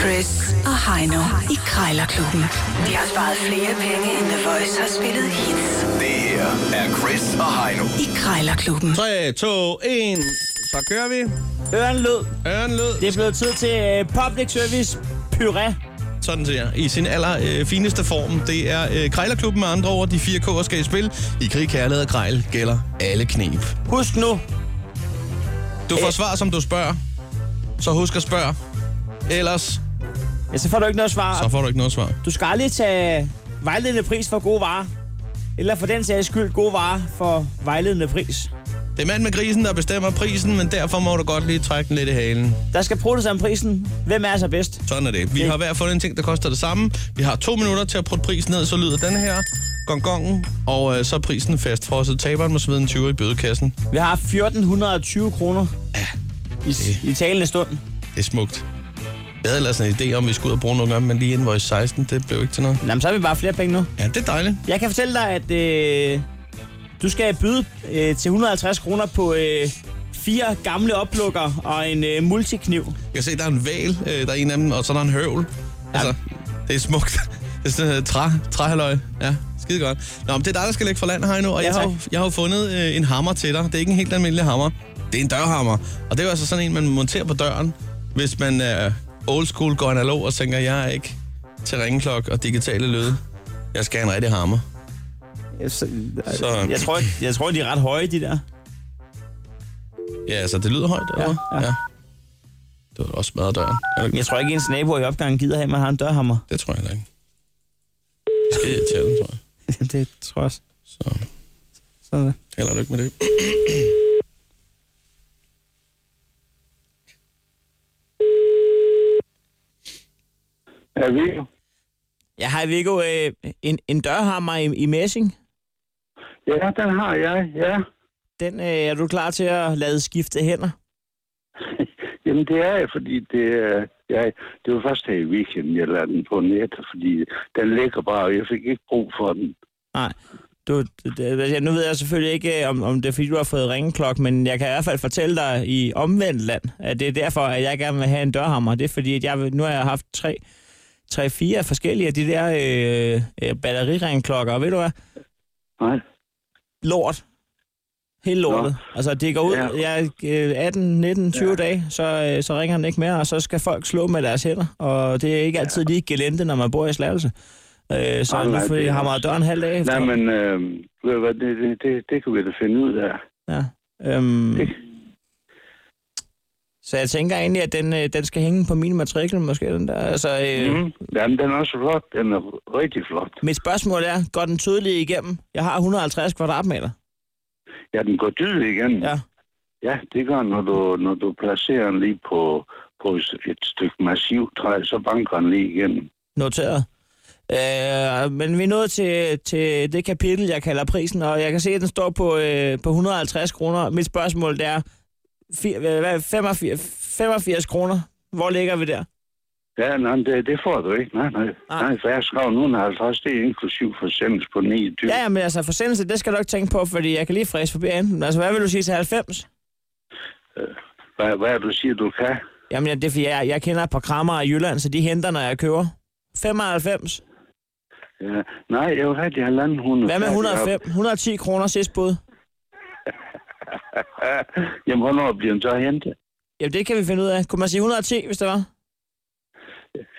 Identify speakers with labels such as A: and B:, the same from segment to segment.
A: Chris og Heino i Krejlerklubben. De har sparet flere penge, end The Voice har spillet hits
B: Det her er Chris og Heino.
A: i Krejlerklubben.
C: 3, 2, 1. Så kører vi.
D: Øren lød.
C: Ørenlød.
D: Det er blevet tid til øh, public service puré.
C: Sådan ser I sin aller øh, fineste form. Det er øh, Krejlerklubben med andre ord. De fire K'er skal i spil. I krig, kærlighed og krejl gælder alle knep.
D: Husk nu,
C: Du får svar, som du spørger. Så husk at spørge. Ellers,
D: ja, så får du ikke noget svar.
C: så får du ikke noget svar.
D: Du skal aldrig tage vejledende pris for gode varer. Eller for den sags skyld gode varer for vejledende pris.
C: Det er mand med grisen, der bestemmer prisen, men derfor må du godt lige trække den lidt i halen.
D: Der skal prøves om prisen. Hvem er så bedst?
C: Sådan er det. Vi har hver fundet en ting, der koster det samme. Vi har to minutter til at putte prisen ned, så lyder den her. Gongongen, og øh, så er prisen fast for os. Taberen må smide en 20 i bødekassen.
D: Vi har 1420 kroner i, i talende stund.
C: Det er smukt. Jeg havde ellers en idé om, vi skulle ud og bruge nogle gange, men lige invoice 16, det blev ikke til noget.
D: Jamen, så har vi bare flere penge nu.
C: Ja, det er dejligt.
D: Jeg kan fortælle dig, at øh, du skal byde øh, til 150 kroner på øh, fire gamle oplukker og en øh, multikniv.
C: Jeg kan se, der er en val, øh, der er en af dem, og så er der en høvl. Altså, det er smukt. Det er sådan noget træ, træhalløj. Ja, skide godt. Nå, men det er dig, der skal lægge for land her nu, og
D: Ja,
C: jeg, har,
D: tak.
C: jo- jeg har jo fundet øh, en hammer til dig. Det er ikke en helt almindelig hammer. Det er en dørhammer, og det er jo altså sådan en, man monterer på døren, hvis man øh, old school går analog og tænker, jeg er ikke til ringeklok og digitale lyde. Jeg skal have en rigtig hammer.
D: Jeg, så,
C: Så-
D: jeg, tror, ikke- jeg tror, de er ret høje, de der.
C: Ja, altså, det lyder højt, eller?
D: ja.
C: Det var da også smadret døren. Er det ikke?
D: Jeg tror ikke, ens nabo i opgangen gider have, at man har en dørhammer.
C: Det tror jeg heller ikke. Det skal irriterende, tror jeg.
D: det tror jeg også.
C: Så
D: Sådan der.
C: held og lykke med det.
E: Ja, vi.
D: Jeg har Viggo øh, en, en dørhammer i, i messing.
E: Ja, den har jeg, ja.
D: Den øh, er du klar til at lade skifte hænder?
E: Jamen, det er jeg, fordi det er... Jeg, det var først her i weekenden, jeg lærte den på nettet, fordi den ligger bare, og jeg fik ikke brug for den.
D: Nej. Du, det- det- ja, nu ved jeg selvfølgelig ikke, øh, om, om det er fordi, du har fået ringeklok, men jeg kan i hvert fald fortælle dig i omvendt land, at det er derfor, at jeg gerne vil have en dørhammer. Det er fordi, at jeg, vil- nu har jeg haft tre, tre fire forskellige af de der øh, øh, batteriringklokker, og ved du hvad?
E: Nej.
D: Lort. Helt lortet. Altså, det går ud ja. øh, jeg, 18, 19, 20 ja. dage, så, øh, så ringer den ikke mere, og så skal folk slå med deres hænder. Og det er ikke altid lige gelente, når man bor i Slagelse. Øh, så
E: Nej,
D: nu
E: nej,
D: får
E: det er
D: jeg hammer døren halv dag efter.
E: Nej, men øh, ved du hvad, det, det, det, det kan vi da finde ud af.
D: Ja. Øhm,
E: Det-
D: så jeg tænker egentlig, at den, øh, den skal hænge på min matrikel, måske den der. Altså, øh, mm.
E: Mm. Jamen, den er også flot. Den er rigtig flot.
D: Mit spørgsmål er, går den tydeligt igennem? Jeg har 150 kvadratmeter.
E: Ja, den går dyd igen.
D: Ja.
E: ja det gør den, når du, når du placerer den lige på, på et stykke massivt træ, så banker den lige igen.
D: Noteret. Øh, men vi er nået til, til det kapitel, jeg kalder prisen, og jeg kan se, at den står på, øh, på 150 kroner. Mit spørgsmål det er, fi- hvad- hvad- 85, 85 kroner, hvor ligger vi der?
E: Ja, nej, det, det får du ikke. Nej, nej.
D: Nej.
E: Nej, nej for jeg skrev nu 50, det er inklusiv forsendelse på 29.
D: Ja, ja, men altså forsendelse, det skal du ikke tænke på, fordi jeg kan lige fræse forbi enten. Altså, hvad vil du sige til 90?
E: Hvad, hvad er det, du siger, du kan?
D: Jamen, ja, det er fordi, jeg, jeg kender et par krammer i Jylland, så de henter, når jeg køber. 95.
E: Ja. Nej, jeg vil have de halvanden hunde.
D: Hvad med 105? 110 kroner sidst bud.
E: Ja, jamen, hvornår bliver den så hentet?
D: Jamen, det kan vi finde ud af. Kunne man sige 110, hvis det var?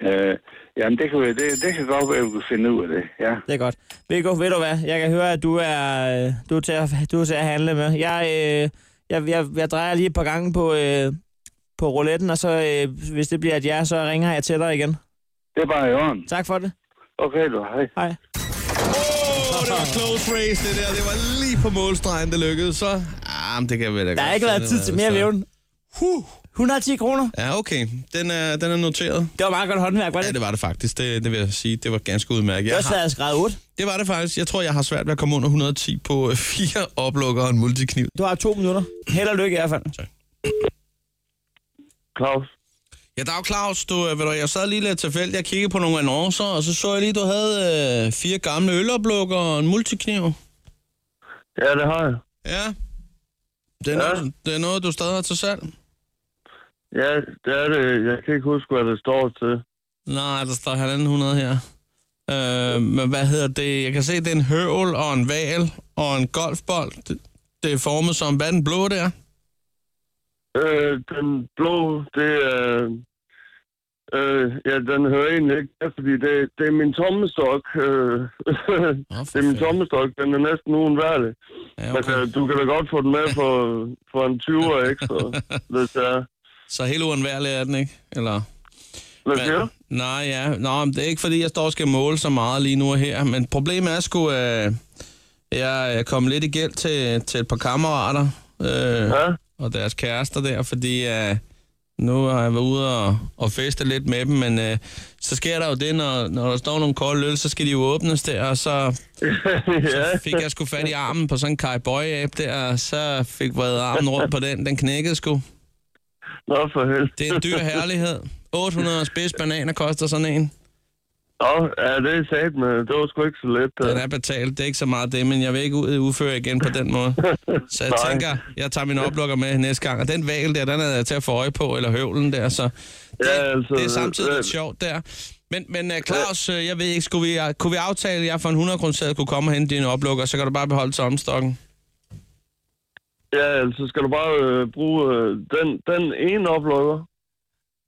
E: Øh, jamen, det kan, vi- det, det kan godt være, at vi kan finde ud af det. Ja.
D: Det er godt. Viggo, ved du hvad? Jeg kan høre, at du er, øh, du er, til, at, du er til at handle med. Jeg, øh, jeg, jeg, jeg drejer lige et par gange på, øh, på rouletten, og så øh, hvis det bliver et ja, så ringer jeg til dig igen.
E: Det er bare i orden.
D: Tak for det.
E: Okay, du. Hej.
D: Hej.
C: Åh, det var close race, det der. Det var lige på målstregen, det lykkedes. Så, ah, men det kan vi da godt.
D: Der har ikke været
C: finde
D: tid
C: ud af,
D: til mere
C: så.
D: vævn.
C: Huh.
D: 110 kroner.
C: Ja, okay. Den er, den er noteret.
D: Det var meget godt håndværk, var det?
C: Ja,
D: ikke?
C: det var det faktisk. Det, det vil jeg sige. Det var ganske udmærket.
D: Det var
C: Jeg har,
D: svært at skræde 8.
C: det var det faktisk. Jeg tror, jeg har svært ved at komme under 110 på øh, fire oplukker og en multikniv.
D: Du har to minutter. Held og lykke i hvert fald.
E: Claus.
C: Ja, der er jo Claus, du, øh, ved du, jeg sad lige lidt tilfældigt, jeg kiggede på nogle annoncer, og så så jeg lige, du havde øh, fire gamle øloplukker og en multikniv.
E: Ja, det har jeg.
C: Ja. Det er, ja. Noget, det er noget, du stadig har til salg.
E: Ja, det er det. Jeg kan ikke huske, hvad det står til.
C: Nej, der står 1.500 her. Øh, men hvad hedder det? Jeg kan se, det er en høvl og en val og en golfbold. Det, det er formet som, hvad er den blå der?
E: Øh, den blå, det er... Øh, ja, den hører egentlig ikke, med, fordi det, det er min tommestok. Øh,
C: Oh,
E: det er min tommestok, den er næsten uundværlig.
C: ja,
E: Men
C: okay.
E: øh, du kan da godt få den med for, for en 20'er ekstra, hvis det er.
C: Så helt uundværlig er den, ikke? Eller...
E: Hvad
C: Hvad-
E: siger du?
C: Nej, ja. Nå, men det er ikke, fordi jeg står og skal måle så meget lige nu og her, men problemet er sgu, øh, jeg er kommet lidt i gæld til, til et par kammerater øh,
E: Ja?
C: og deres kærester der, fordi øh, nu har jeg været ude og, og feste lidt med dem, men øh, så sker der jo det, når, når der står nogle kolde øl, så skal de jo åbnes der, og så
E: ja.
C: fik jeg sgu fat i armen på sådan en kajbøj-app der, og så fik vredet armen rundt på den, den knækkede sgu.
E: Nå, for helvede.
C: Det er en dyr herlighed. 800 spids bananer koster sådan en.
E: Nå, ja, det er sat med. Det var sgu ikke så let. øh. da.
C: Den er betalt, det er ikke så meget det, men jeg vil ikke ud i udføre igen på den måde. Så jeg
E: Nej.
C: tænker, jeg tager min oplukker med næste gang. Og den val der, den er jeg til at få øje på, eller høvlen der, så det,
E: Ja, altså,
C: det er samtidig
E: øh,
C: lidt sjovt der. Men, men øh, Claus, øh, jeg ved ikke, skulle vi, kunne vi aftale, at jeg for en 100 kroner kunne komme og hente din oplukker, så kan du bare beholde tomstokken.
E: Ja, altså skal du bare øh, bruge øh, den, den ene oplukker.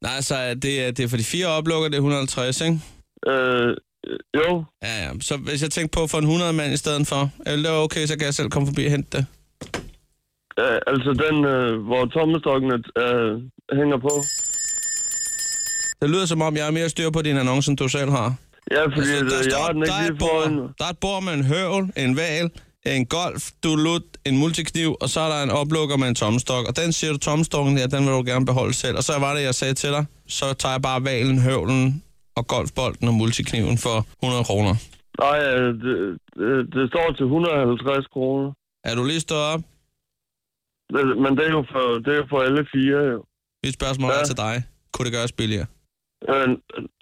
C: Nej, så er det, er- det er for de fire oplukker, det er 150, ikke?
E: Øh, jo,
C: Ja, ja. Så hvis jeg tænker på at få en 100 mand i stedet for, er det okay, så kan jeg selv komme forbi og hente det.
E: ja, altså den, øh, hvor tommestokken er, øh, hænger på.
C: Det lyder som om, jeg er mere styr på din annonce, end du selv har.
E: Ja, fordi
C: Altså,
E: altså,
C: der,
E: jeg
C: står,
E: har den
C: der,
E: ikke
C: er et
E: lige foran
C: bord,
E: mig.
C: der er et bord med en høvl, en val, en golf, du lut, en multikniv, og så er der en oplukker med en tomstok. Og den siger du, tomstokken, ja, den vil du gerne beholde selv. Og så var det, jeg sagde til dig, så tager jeg bare valen, høvlen og golfbolden og multikniven for 100 kroner.
E: Nej, øh, det, det, det står til 150 kroner.
C: Er du lige stået op?
E: Det- Men det er jo for, det er jo for alle fire, jo.
C: Mit spørgsmål ja.
E: Ja.
C: er til dig. Kunne det gøres billigere?
E: Øh,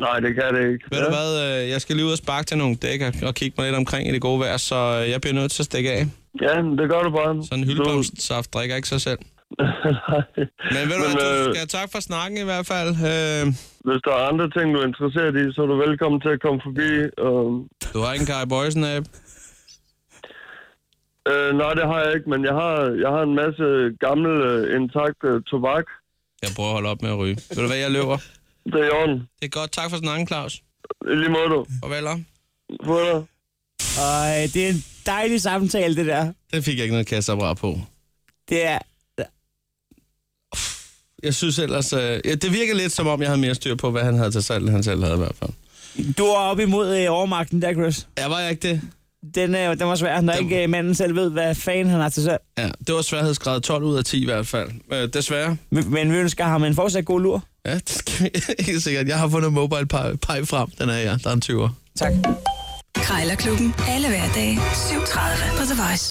E: nej, det kan det ikke.
C: Ved du hvad, øh, jeg skal lige ud og sparke til nogle dæk og, og kigge mig lidt omkring i det gode vejr, så øh, jeg bliver nødt til at stikke af.
E: Ja, men det gør du bare.
C: Sådan en hyldblomstsaft drikker ikke sig selv.
E: Nej.
C: Men ved du
E: Men,
C: hvad, du
E: øh,
C: skal tak for snakken i hvert fald. Øh,
E: Hvis der er andre ting, du er interesseret i, så er du velkommen til at komme forbi. Og,
C: du har ikke en Kai Boysen-app?
E: øh, nej, det har jeg ikke, men jeg har, jeg har en masse gammel, øh, intakt øh, tobak.
C: Jeg prøver at holde op med at ryge. Ved du hvad, jeg løber?
E: Det er i orden.
C: Det er godt. Tak for snakken, Claus.
E: I lige måde, du.
C: Farvel. om.
E: Få dig.
D: Og øh, det er en dejlig samtale, det der.
C: Den fik jeg ikke noget kasseapparat på.
D: Det er...
C: Jeg synes ellers... Øh, ja, det virker lidt som om, jeg havde mere styr på, hvad han havde til salg, end han selv havde i hvert fald.
D: Du er op imod øh, overmagten der, Chris.
C: Ja, var jeg ikke det?
D: Den, øh, den var svær, når
C: Den-
D: ikke øh, manden selv ved, hvad fanden han har til sig.
C: Ja, det var sværhedsgrad 12 ud af 10 i hvert fald. Øh, desværre.
D: Men, men vi ønsker ham en fortsat god lur.
C: Ja, det skal vi helt sikkert. Jeg har fundet mobile pie, pie frem. Den er jeg. Der er en 20'er.
D: Tak.
A: Krejlerklubben. Alle hverdage. 7.30 på The Voice.